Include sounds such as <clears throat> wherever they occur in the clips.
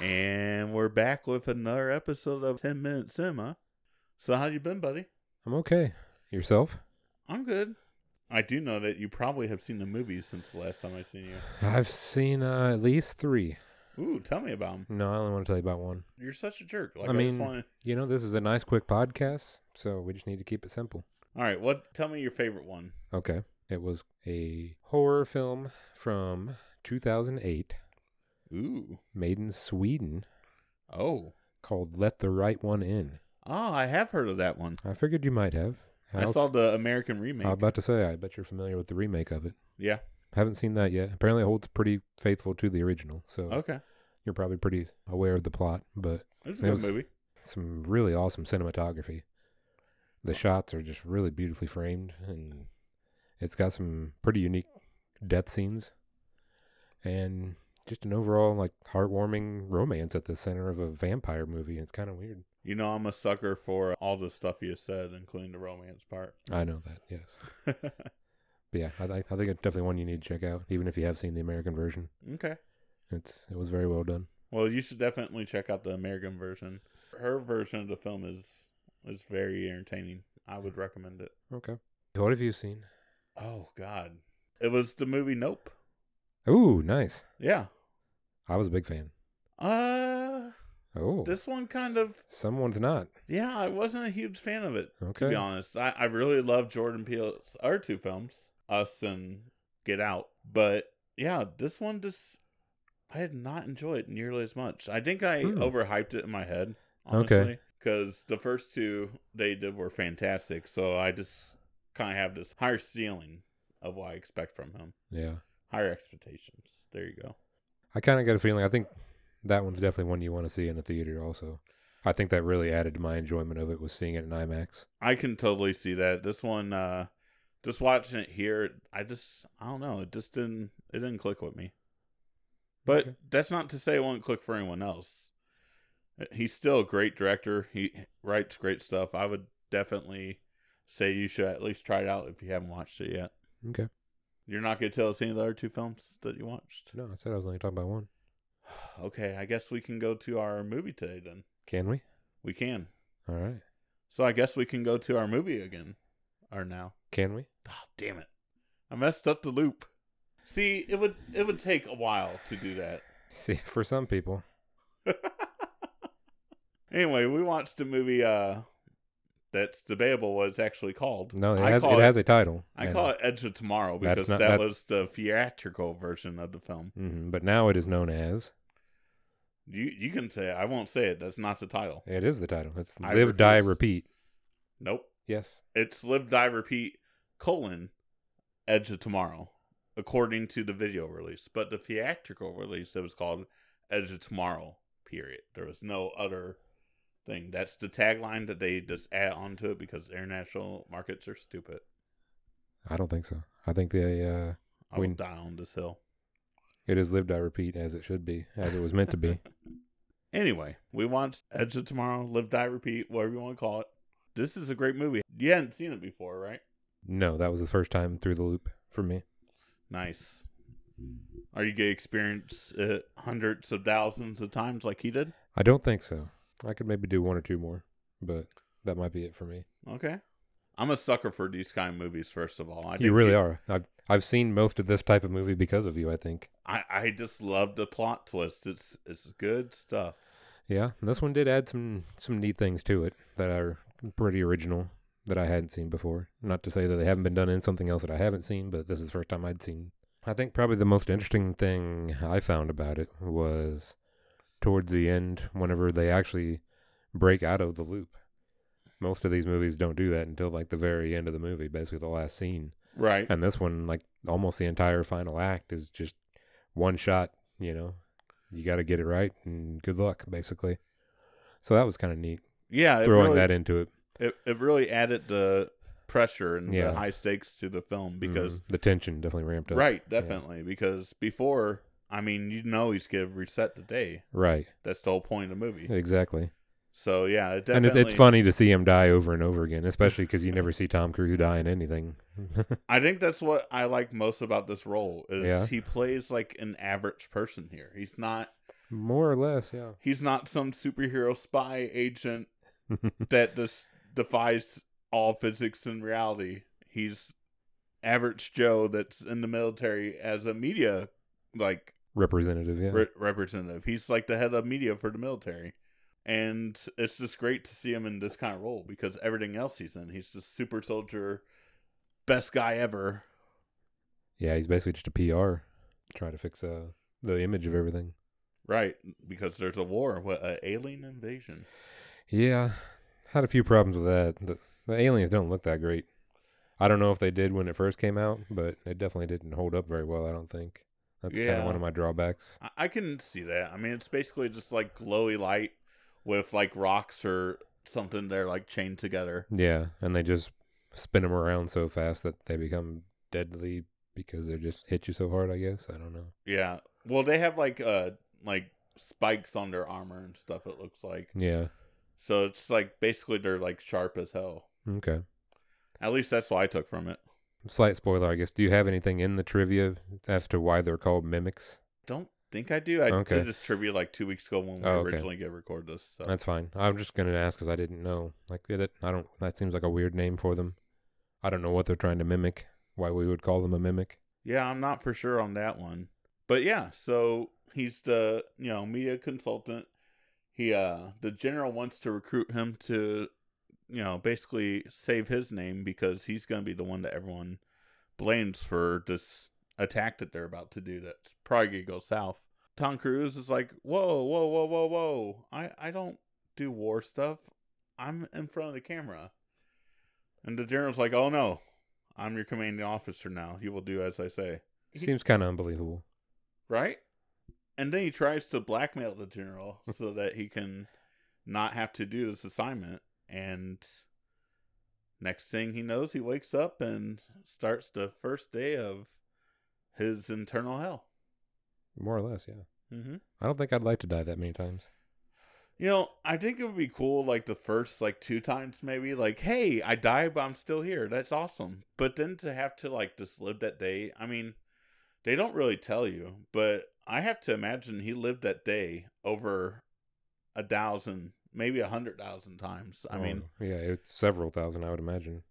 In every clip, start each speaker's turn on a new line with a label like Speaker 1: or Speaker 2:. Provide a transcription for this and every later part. Speaker 1: And we're back with another episode of 10 Minute Cinema. So how you been, buddy?
Speaker 2: I'm okay. Yourself?
Speaker 1: I'm good. I do know that you probably have seen the movies since the last time I seen you.
Speaker 2: I've seen uh, at least three.
Speaker 1: Ooh, tell me about them.
Speaker 2: No, I only want to tell you about one.
Speaker 1: You're such a jerk. Like,
Speaker 2: I
Speaker 1: I just
Speaker 2: mean,
Speaker 1: wanna-
Speaker 2: you know, this is a nice, quick podcast, so we just need to keep it simple.
Speaker 1: all right, what? Tell me your favorite one.
Speaker 2: Okay. It was a horror film from 2008
Speaker 1: Ooh.
Speaker 2: made in Sweden
Speaker 1: Oh.
Speaker 2: called Let the Right One In.
Speaker 1: Oh, I have heard of that one.
Speaker 2: I figured you might have.
Speaker 1: I
Speaker 2: How's-
Speaker 1: saw the American
Speaker 2: I
Speaker 1: remake.
Speaker 2: was about to say, I bet you're familiar with the remake of it.
Speaker 1: yeah.
Speaker 2: Haven't seen that yet. Apparently, it holds pretty faithful to the original, so
Speaker 1: Okay.
Speaker 2: you're probably pretty aware of the plot, but
Speaker 1: It's a
Speaker 2: It
Speaker 1: good
Speaker 2: was-
Speaker 1: movie.
Speaker 2: some really awesome cinematography. The shots are just really beautifully framed, and it's got some pretty unique death scenes, and just an overall like heartwarming romance at the center of a vampire movie. It's kind of weird.
Speaker 1: You know, I'm a sucker for all the stuff you said, including the romance part. <laughs>
Speaker 2: I know that, yes, but yeah, I, thi- I think it's definitely one you need to check out, even if you have seen the American version.
Speaker 1: okay.
Speaker 2: It's it was very well done.
Speaker 1: Well, you should definitely check out the American version. Her version of the film is is very entertaining. I would recommend it.
Speaker 2: Okay, what have you seen?
Speaker 1: Oh God, it was the movie Nope.
Speaker 2: Ooh, nice.
Speaker 1: Yeah.
Speaker 2: I was a big fan.
Speaker 1: Uh,
Speaker 2: Oh,
Speaker 1: this one kind of.
Speaker 2: someone's not.
Speaker 1: Yeah, I wasn't a huge fan of it. To
Speaker 2: Okay.
Speaker 1: be honest, I, I really love Jordan Peele's other two films, Us and Get Out. But yeah, this one just I did not enjoy it nearly as much. I think I
Speaker 2: Hmm.
Speaker 1: overhyped it in my head,
Speaker 2: Okay.
Speaker 1: honestly, because the first two they did were fantastic. So I just kind of have this higher ceiling of what I expect from him,
Speaker 2: Yeah.
Speaker 1: higher expectations. There you go.
Speaker 2: I kind of get a feeling. I think that one's definitely one you want to see in the theater. Also, I think that really added to my enjoyment of it was seeing it in IMAX.
Speaker 1: I can totally see that. This one, uh just watching it here, I just I don't know. It just didn't it didn't click with me. But
Speaker 2: Okay.
Speaker 1: that's not to say it won't click for anyone else. He's still a great director. He writes great stuff. I would definitely say you should at least try it out if you haven't watched it yet.
Speaker 2: Okay.
Speaker 1: You're not gonna tell us any of the other two films that you watched. <sighs>
Speaker 2: No, I said I was only talking about one.
Speaker 1: Okay, I guess we can go to our movie today then.
Speaker 2: Can we?
Speaker 1: We can.
Speaker 2: All right.
Speaker 1: So I guess we can go to our movie again. Or now.
Speaker 2: Can we? <laughs>
Speaker 1: Oh, damn it. I messed up the loop. See, it would it would take a while to do that. <laughs>
Speaker 2: See, for some people,
Speaker 1: Anyway, we watched the movie uh that's debatable what it's actually called.
Speaker 2: no, it
Speaker 1: I
Speaker 2: has it,
Speaker 1: call
Speaker 2: has a title.
Speaker 1: I call it Edge of Tomorrow
Speaker 2: That's
Speaker 1: because
Speaker 2: not-
Speaker 1: that
Speaker 2: that-
Speaker 1: was the theatrical version of the film.
Speaker 2: hmm but now it is known as.
Speaker 1: You you can say it. I won't say it. That's not the title.
Speaker 2: It is the title. It's
Speaker 1: I
Speaker 2: Live, Die,
Speaker 1: refuse.
Speaker 2: Repeat.
Speaker 1: Nope.
Speaker 2: Yes.
Speaker 1: It's Live Die Repeat colon Edge of Tomorrow according to the video release, but the theatrical release it was called Edge of Tomorrow. Period. There was no other thing. That's the tagline that they just add onto it because international markets are stupid.
Speaker 2: I don't think so. I think they. Uh,
Speaker 1: I will
Speaker 2: We-
Speaker 1: die on this hill.
Speaker 2: it is Live, Die, Repeat as it should be, as it was meant
Speaker 1: <laughs>
Speaker 2: to be.
Speaker 1: Anyway, we watched Edge of Tomorrow, Live Die Repeat, whatever you want to call it. This is a great movie. You hadn't seen it before, right?
Speaker 2: no, that was the first time through the loop for me.
Speaker 1: Nice. Are you gonna experience it hundreds of thousands of times like he did?
Speaker 2: I don't think so. I could maybe do one or two more, but that might be it for me.
Speaker 1: Okay. I'm a sucker for these kind of movies. First of all, I
Speaker 2: you really are. I've I've seen most of this type of movie because of you. I think.
Speaker 1: I, I just love the plot twist. It's it's good stuff.
Speaker 2: Yeah, and this one did add some some neat things to it that are pretty original that I hadn't seen before. Not to say that they haven't been done in something else that I haven't seen, but this is the first time I'd seen. I think probably the most interesting thing I found about it was towards the end, whenever they actually break out of the loop. Most of these movies don't do that until like the very end of the movie, basically the last scene.
Speaker 1: Right.
Speaker 2: And this one, like almost the entire final act is just one shot, you know. You got to get it right and good luck, basically. So that was kind of neat,
Speaker 1: Yeah. It
Speaker 2: throwing
Speaker 1: really,
Speaker 2: that into it.
Speaker 1: It, it really added the pressure and
Speaker 2: Yeah.
Speaker 1: the high stakes to the film because
Speaker 2: Mhm. the tension definitely ramped up.
Speaker 1: right definitely because before I mean you know he's gonna reset the day.
Speaker 2: Right.
Speaker 1: That's the whole point of the movie.
Speaker 2: Exactly.
Speaker 1: So yeah, it
Speaker 2: And
Speaker 1: definitely.
Speaker 2: it, it's funny to see him die over and over again, especially because you never see Tom Cruise die in anything. <laughs>
Speaker 1: I think that's what I like most about this role is
Speaker 2: Yeah.
Speaker 1: he plays like an average person here. He's not
Speaker 2: More or less, yeah.
Speaker 1: He's not some superhero spy agent that just defies all physics and reality. He's average Joe that's in the military as a media like
Speaker 2: Representative, yeah.
Speaker 1: re- representative. He's like the head of media for the military. And it's just great to see him in this kind of role because everything else he's in, he's just super soldier, best guy ever.
Speaker 2: yeah, he's basically just a PR trying to fix uh, the image of everything.
Speaker 1: Right, because there's a war, what, an alien invasion.
Speaker 2: Yeah, had a few problems with that. The, the aliens don't look that great. I don't know if they did when it first came out, but it definitely didn't hold up very well. I don't think. That's kind
Speaker 1: Yeah.
Speaker 2: of one of my drawbacks.
Speaker 1: I-, I can see that. I mean, it's basically just like glowy light with like rocks or something they're like chained together.
Speaker 2: Yeah, and they just spin them around so fast that they become deadly because they just hit you so hard. I guess I don't know.
Speaker 1: Yeah. Well, they have like uh like spikes on their armor and stuff. It looks like
Speaker 2: Yeah.
Speaker 1: so it's like basically they're like sharp as hell.
Speaker 2: Okay.
Speaker 1: At least that's what I took from it.
Speaker 2: Slight spoiler, I guess. Do you have anything in the trivia as to why they're called mimics?
Speaker 1: Don't think I do. I
Speaker 2: Okay.
Speaker 1: did this trivia like two weeks ago when we
Speaker 2: Oh, okay.
Speaker 1: originally get recorded this. So.
Speaker 2: That's fine. I'm just gonna ask because I didn't know. Like, it, I don't. That seems like a weird name for them. I don't know what they're trying to mimic. Why we would call them a mimic?
Speaker 1: Yeah, I'm not for sure on that one. But yeah, so he's the, you know, media consultant. He uh the general wants to recruit him to, you know, basically save his name because he's going to be the one that everyone blames for this attack that they're about to do that's probably going to go south. Tom Cruise is like, "Whoa, whoa, whoa, whoa, whoa. I I don't do war stuff. I'm in front of the camera." And the general's like, "Oh no. I'm your commanding officer now. You will do as I say."
Speaker 2: Seems kind of unbelievable.
Speaker 1: right? And then he tries to blackmail the general so that he can not have to do this assignment. And next thing he knows, he wakes up and starts the first day of his internal hell.
Speaker 2: More or less, yeah.
Speaker 1: Mm-hmm.
Speaker 2: I don't think I'd like to die that many times.
Speaker 1: You know, I think it would be cool, like the first like two times, maybe like, hey, I died, but I'm still here. That's awesome. But then to have to like just live that day, I mean, they don't really tell you, but I have to imagine he lived that day over a thousand, maybe a hundred thousand times. I
Speaker 2: Oh,
Speaker 1: mean,
Speaker 2: yeah, it's several thousand, I would imagine,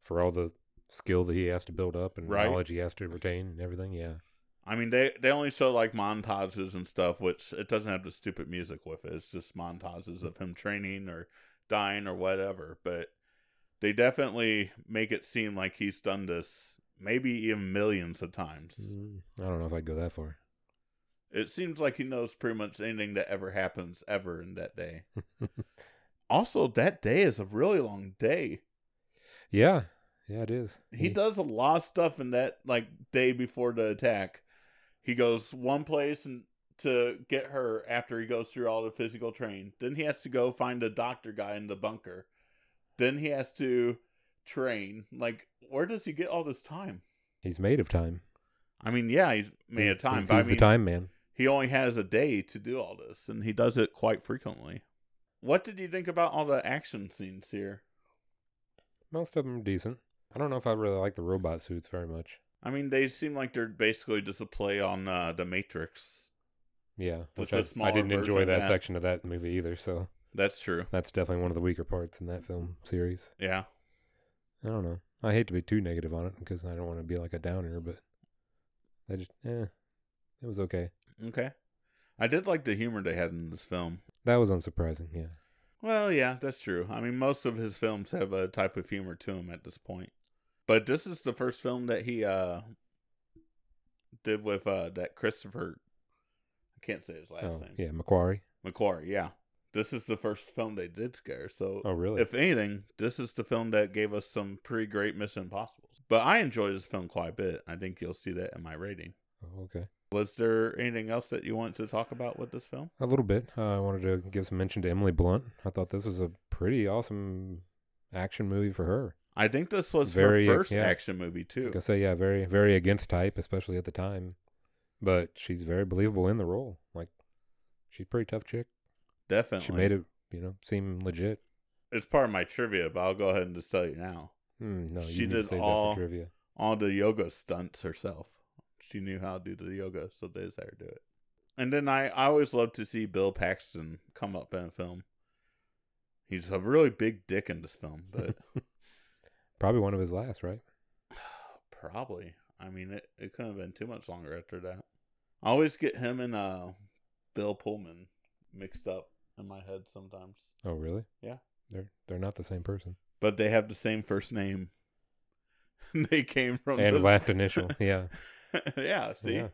Speaker 2: for all the skill that he has to build up and
Speaker 1: Right.
Speaker 2: knowledge he has to retain and everything. Yeah.
Speaker 1: I mean they they only show like montages and stuff, which it doesn't have the stupid music with it. It's just montages of him training or dying or whatever. But they definitely make it seem like he's done this maybe even millions of times.
Speaker 2: Mm, I don't know if I'd go that far.
Speaker 1: It seems like he knows pretty much anything that ever happens ever in that day. also, that day is a really long day.
Speaker 2: Yeah. Yeah, it is.
Speaker 1: he does a lot of stuff in that like day before the attack. He goes one place and to get her after he goes through all the physical training. Then he has to go find the doctor guy in the bunker. Then he has to train. Like, where does he get all this time?
Speaker 2: He's made of time.
Speaker 1: I mean, yeah, he's made of
Speaker 2: He's-
Speaker 1: time,
Speaker 2: He's,
Speaker 1: but I
Speaker 2: the
Speaker 1: mean,
Speaker 2: time man.
Speaker 1: he only has a day to do all this, and he does it quite frequently. What did you think about all the action scenes here?
Speaker 2: Most of them are decent. I don't know if I really like the robot suits very much.
Speaker 1: I mean, they seem like they're basically just a play on uh, the Matrix
Speaker 2: Yeah,
Speaker 1: Just
Speaker 2: which
Speaker 1: a
Speaker 2: I, I
Speaker 1: smaller
Speaker 2: didn't enjoy
Speaker 1: version of
Speaker 2: that,
Speaker 1: that.
Speaker 2: section of that movie either. So
Speaker 1: That's true.
Speaker 2: that's definitely one of the weaker parts in that film series.
Speaker 1: Yeah.
Speaker 2: I don't know. I hate to be too negative on it because I don't want to be like a downer, but I just eh, it was okay.
Speaker 1: Okay. I did like the humor they had in this film.
Speaker 2: That was unsurprising. Yeah,
Speaker 1: Well, yeah, that's true. I mean, most of his films have a type of humor to them at this point. But this is the first film that he uh did with uh that Christopher I can't say his last
Speaker 2: oh,
Speaker 1: name.
Speaker 2: yeah, Macquarie.
Speaker 1: Macquarie, yeah. This is the first film they did together. So
Speaker 2: Oh, really?
Speaker 1: if anything, this is the film that gave us some pretty great Mission Impossibles. But I enjoyed this film quite a bit. I think you'll see that in my rating.
Speaker 2: oh, okay,
Speaker 1: Was there anything else that you wanted to talk about with this film?
Speaker 2: a little bit. Uh, I wanted to give some mention to Emily Blunt. I thought this was a pretty awesome action movie for her.
Speaker 1: I think this was
Speaker 2: Very, uh,
Speaker 1: her first
Speaker 2: yeah.
Speaker 1: action movie too.
Speaker 2: Like I say, yeah, very, very against type, especially at the time. But she's very believable in the role. Like, she's a pretty tough chick.
Speaker 1: Definitely,
Speaker 2: She made it, you know, seem legit.
Speaker 1: It's part of my trivia, but I'll go ahead and just tell you now.
Speaker 2: Mm, no,
Speaker 1: She
Speaker 2: you need to
Speaker 1: did
Speaker 2: save
Speaker 1: all-
Speaker 2: that for trivia.
Speaker 1: All the yoga stunts herself. She knew how to do the yoga, so they just had her do it. And then I, I always love to see Bill Paxton come up in a film. He's a really big dick in this film,
Speaker 2: <laughs>
Speaker 1: but
Speaker 2: Probably one of his last, right?
Speaker 1: probably. I mean, it, it couldn't have been too much longer after that. I always get him and uh, Bill Pullman mixed up in my head sometimes.
Speaker 2: Oh, really?
Speaker 1: Yeah.
Speaker 2: They're they're not the same person.
Speaker 1: But they have the same first name. <laughs> they came from
Speaker 2: and
Speaker 1: the-
Speaker 2: <laughs> last initial. Yeah.
Speaker 1: <laughs> yeah, see?
Speaker 2: Yeah.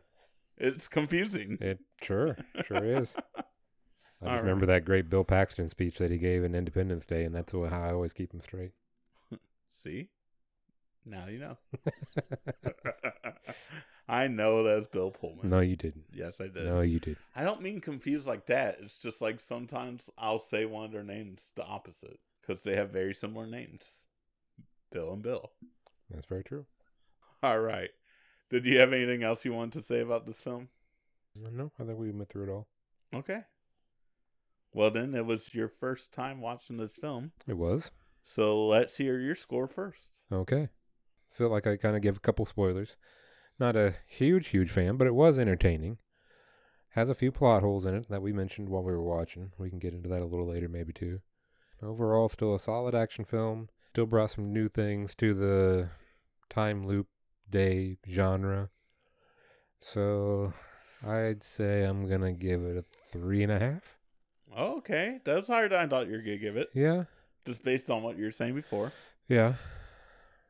Speaker 1: It's confusing.
Speaker 2: It sure sure is. I
Speaker 1: <laughs> All
Speaker 2: just remember that great Bill Paxton speech that he gave in Independence Day, and that's wha- how I always keep him straight.
Speaker 1: See? Now you
Speaker 2: <laughs>
Speaker 1: know. I know that's Bill Pullman.
Speaker 2: no, you didn't.
Speaker 1: Yes, I did.
Speaker 2: No, you did.
Speaker 1: I don't mean confused like that. It's just like sometimes I'll say one of their names the opposite because they have very similar names Bill and Bill.
Speaker 2: That's very true.
Speaker 1: All right. Did you have anything else you wanted to say about this film?
Speaker 2: No, I think we went through it all.
Speaker 1: Okay. Well, then it was your first time watching this film.
Speaker 2: It was
Speaker 1: So let's hear your score first.
Speaker 2: okay. Feel like I kind of give a couple spoilers. Not a huge, huge fan, but it was entertaining. Has a few plot holes in it that we mentioned while we were watching. We can get into that a little later, maybe too. Overall, still a solid action film. Still brought some new things to the time loop day genre. So, I'd say I'm gonna give it a three and a half.
Speaker 1: Okay. That was higher than I thought you were going to give it,
Speaker 2: Yeah,
Speaker 1: just based on what you were saying before.
Speaker 2: Yeah,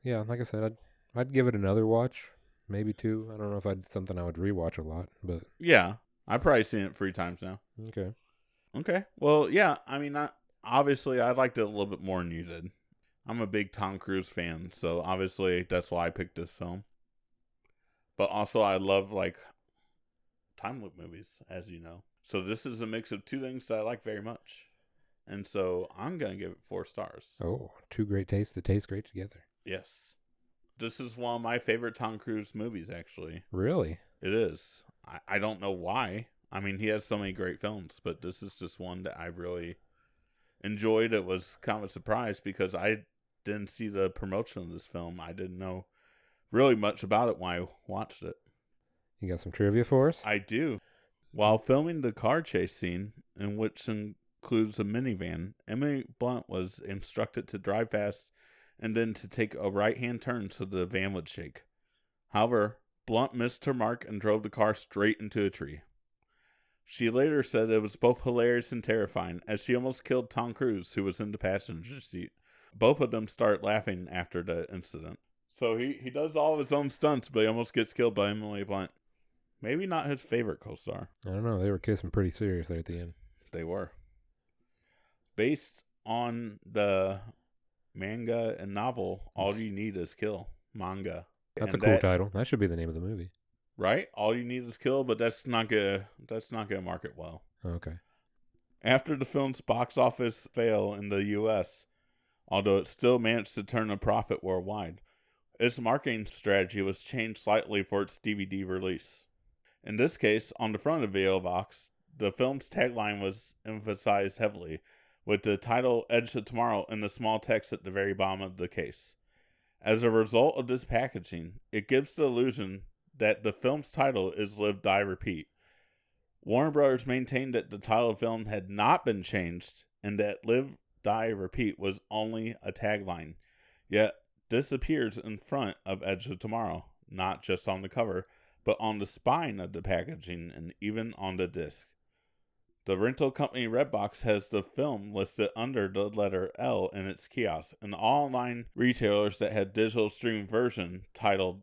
Speaker 2: yeah. Like I said, I'd I'd give it another watch, maybe two. I don't know if I'd something I would rewatch a lot, but
Speaker 1: Yeah. I've probably seen it three times now.
Speaker 2: okay.
Speaker 1: Okay. Well, yeah. I mean, I, obviously, I liked it a little bit more than you did. I'm a big Tom Cruise fan, so obviously that's why I picked this film. But also, I love like time loop movies, as you know. So this is a mix of two things that I like very much, and so I'm gonna give it four stars.
Speaker 2: Oh, two great tastes that taste great together.
Speaker 1: Yes, this is one of my favorite Tom Cruise movies. Actually,
Speaker 2: Really?
Speaker 1: it is. I, I don't know why. I mean, he has so many great films, but this is just one that I really enjoyed. It was kind of a surprise because I didn't see the promotion of this film. I didn't know really much about it when I watched it.
Speaker 2: You got some trivia for us?
Speaker 1: I do. While filming the car chase scene, in which includes a minivan, Emily Blunt was instructed to drive fast and then to take a right hand turn so the van would shake. However, Blunt missed her mark and drove the car straight into a tree. She later said it was both hilarious and terrifying, as she almost killed Tom Cruise, who was in the passenger seat. Both of them start laughing after the incident. So he, he does all of his own stunts, but he almost gets killed by Emily Blunt. Maybe not his favorite co star.
Speaker 2: I don't know. They were kissing pretty serious there at the end.
Speaker 1: They were. Based on the manga and novel, All You Need Is Kill manga.
Speaker 2: That's
Speaker 1: And
Speaker 2: a cool
Speaker 1: that-
Speaker 2: title. That should be the name of the movie.
Speaker 1: Right? All You Need Is Kill, but that's not gonna that's not gonna market well.
Speaker 2: Okay.
Speaker 1: After the film's box office fail in the US, although it still managed to turn a profit worldwide, its marketing strategy was changed slightly for its DVD release. In this case, on the front of the video box, the film's tagline was emphasized heavily, with the title Edge to Tomorrow in the small text at the very bottom of the case. As a result of this packaging, it gives the illusion that the film's title is Live, Die, Repeat. Warner Brothers maintained that the title of the film had not been changed and that Live, Die, Repeat was only a tagline. Yet, this appears in front of Edge of Tomorrow, not just on the cover, but on the spine of the packaging and even on the disc. The rental company Redbox has the film listed under the letter L in its kiosk, and all online retailers that had digital stream version titled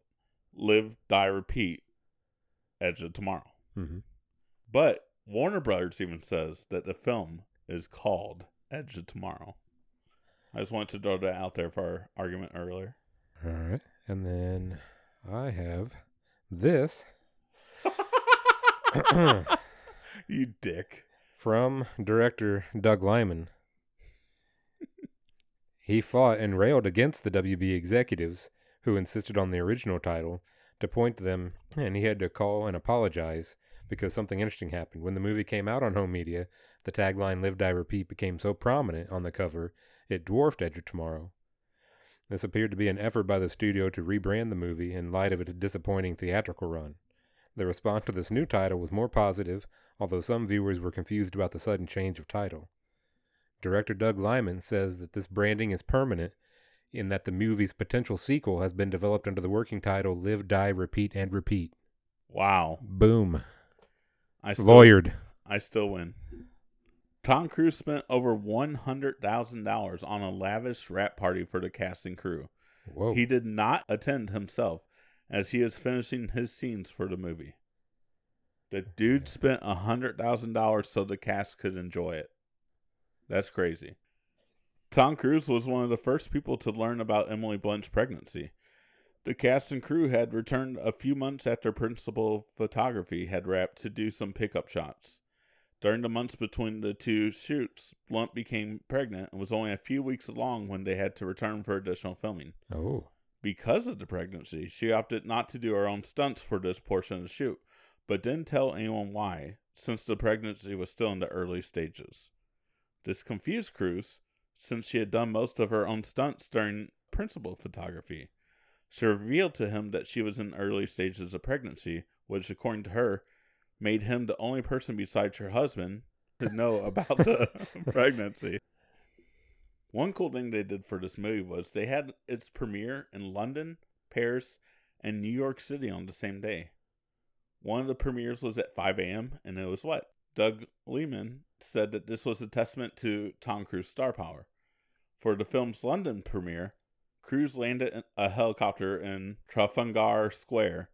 Speaker 1: Live, Die, Repeat, Edge of Tomorrow.
Speaker 2: Mm-hmm.
Speaker 1: But Warner Brothers even says that the film is called Edge of Tomorrow. I just wanted to throw that out there for our argument earlier.
Speaker 2: All right. And then I have
Speaker 1: <laughs>
Speaker 2: this <clears throat>
Speaker 1: you dick.
Speaker 2: from director Doug Lyman. he fought and railed against the WB executives who insisted on the original title to point to them, and he had to call and apologize because something interesting happened. When the movie came out on home media, the tagline Live, Die, Repeat became so prominent on the cover, it dwarfed Edge of Tomorrow. This appeared to be an effort by the studio to rebrand the movie in light of its disappointing theatrical run. The response to this new title was more positive, although some viewers were confused about the sudden change of title. Director Doug Lyman says that this branding is permanent in that the movie's potential sequel has been developed under the working title Live, Die, Repeat, and Repeat.
Speaker 1: Wow.
Speaker 2: Boom.
Speaker 1: I still,
Speaker 2: Lawyered.
Speaker 1: I still win. Tom Cruise spent over one hundred thousand dollars on a lavish rap party for the cast and crew.
Speaker 2: Whoa.
Speaker 1: He did not attend himself as he is finishing his scenes for the movie. The dude spent a hundred thousand dollars so the cast could enjoy it. That's crazy. Tom Cruise was one of the first people to learn about Emily Blunt's pregnancy. The cast and crew had returned a few months after principal of photography had wrapped to do some pickup shots. During the months between the two shoots, Blunt became pregnant and was only a few weeks along when they had to return for additional filming.
Speaker 2: oh.
Speaker 1: Because of the pregnancy, she opted not to do her own stunts for this portion of the shoot, but didn't tell anyone why, since the pregnancy was still in the early stages. This confused Cruz, since she had done most of her own stunts during principal photography. She revealed to him that she was in early stages of pregnancy, which, according to her, made him the only person besides her husband to know about the pregnancy. One cool thing they did for this movie was they had its premiere in London, Paris, and New York City on the same day. One of the premieres was at 5 a.m., and it was what? Doug Lehman said that this was a testament to Tom Cruise's star power. For the film's London premiere, Cruise landed in a helicopter in Trafalgar Square.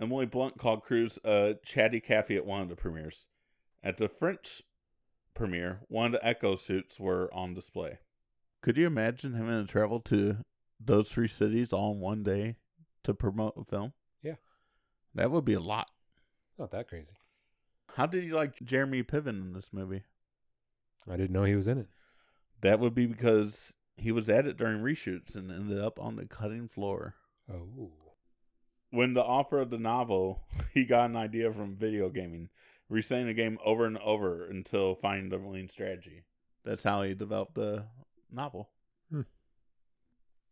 Speaker 1: Emily Blunt called Cruise a chatty cafe at one of the premieres. At the French premiere, one of the Echo suits were on display. Could you imagine having to travel to those three cities all in one day to promote a film?
Speaker 2: Yeah.
Speaker 1: That would be a lot.
Speaker 2: Not that crazy.
Speaker 1: How did you like Jeremy Piven in this movie?
Speaker 2: I didn't know he was in it.
Speaker 1: That would be because he was at it during reshoots and ended up on the cutting floor.
Speaker 2: Oh.
Speaker 1: When the author of the novel, <laughs> he got an idea from video gaming, replaying the game over and over until finding the winning strategy. That's how he developed the novel.
Speaker 2: Hmm.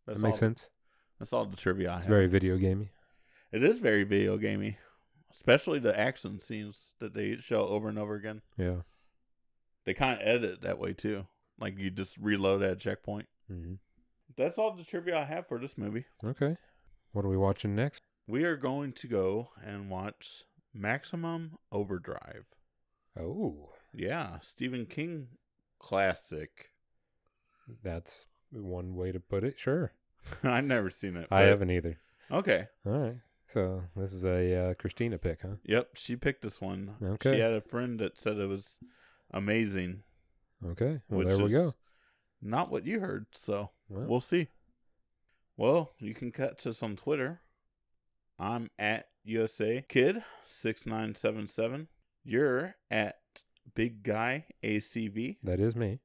Speaker 1: That's
Speaker 2: that makes
Speaker 1: all-
Speaker 2: sense.
Speaker 1: That's all the trivia. I
Speaker 2: It's
Speaker 1: have.
Speaker 2: very video gamey.
Speaker 1: It is very video gamey, especially the action scenes that they show over and over again.
Speaker 2: Yeah.
Speaker 1: They kind of edit it that way too. Like you just reload at a checkpoint.
Speaker 2: Mm-hmm.
Speaker 1: That's all the trivia I have for this movie.
Speaker 2: Okay. What are we watching next?
Speaker 1: We are going to go and watch Maximum Overdrive.
Speaker 2: Oh.
Speaker 1: Yeah, Stephen King classic. <laughs>
Speaker 2: That's one way to put it. Sure.
Speaker 1: I've never seen it.
Speaker 2: I
Speaker 1: but-
Speaker 2: haven't either.
Speaker 1: Okay.
Speaker 2: All right. So this is a uh, Christina pick, huh?
Speaker 1: Yep, she picked this one.
Speaker 2: Okay.
Speaker 1: She had a friend that said it was amazing.
Speaker 2: Okay. Well,
Speaker 1: which
Speaker 2: there we
Speaker 1: is
Speaker 2: go.
Speaker 1: Not what you heard, so
Speaker 2: Well,
Speaker 1: we'll see. Well, you can catch us on Twitter. I'm at USA Kid six nine seven seven. You're at Big Guy ACV.
Speaker 2: that is me.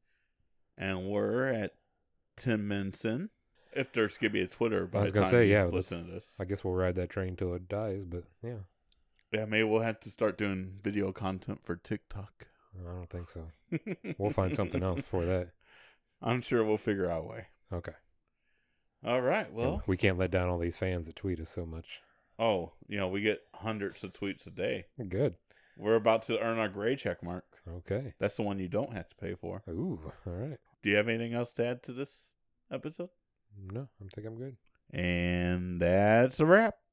Speaker 1: and we're at Tim Minson. If there's gonna be a Twitter, by
Speaker 2: I was
Speaker 1: the
Speaker 2: gonna
Speaker 1: time
Speaker 2: say,
Speaker 1: you
Speaker 2: yeah,
Speaker 1: listen to this.
Speaker 2: I guess we'll ride that train till it dies, but yeah,
Speaker 1: yeah, maybe we'll have to start doing video content for TikTok.
Speaker 2: I don't think so. We'll
Speaker 1: <laughs>
Speaker 2: find something else for that.
Speaker 1: I'm sure we'll figure out a way.
Speaker 2: Okay.
Speaker 1: All right.
Speaker 2: And
Speaker 1: Well,
Speaker 2: we can't let down all these fans that tweet us so much.
Speaker 1: oh, you know, we get hundreds of tweets a day.
Speaker 2: Good.
Speaker 1: We're about to earn our gray check mark.
Speaker 2: Okay.
Speaker 1: That's the one you don't have to pay for.
Speaker 2: Ooh. All right.
Speaker 1: Do you have anything else to add to this episode?
Speaker 2: No, I think I'm good.
Speaker 1: And that's a wrap.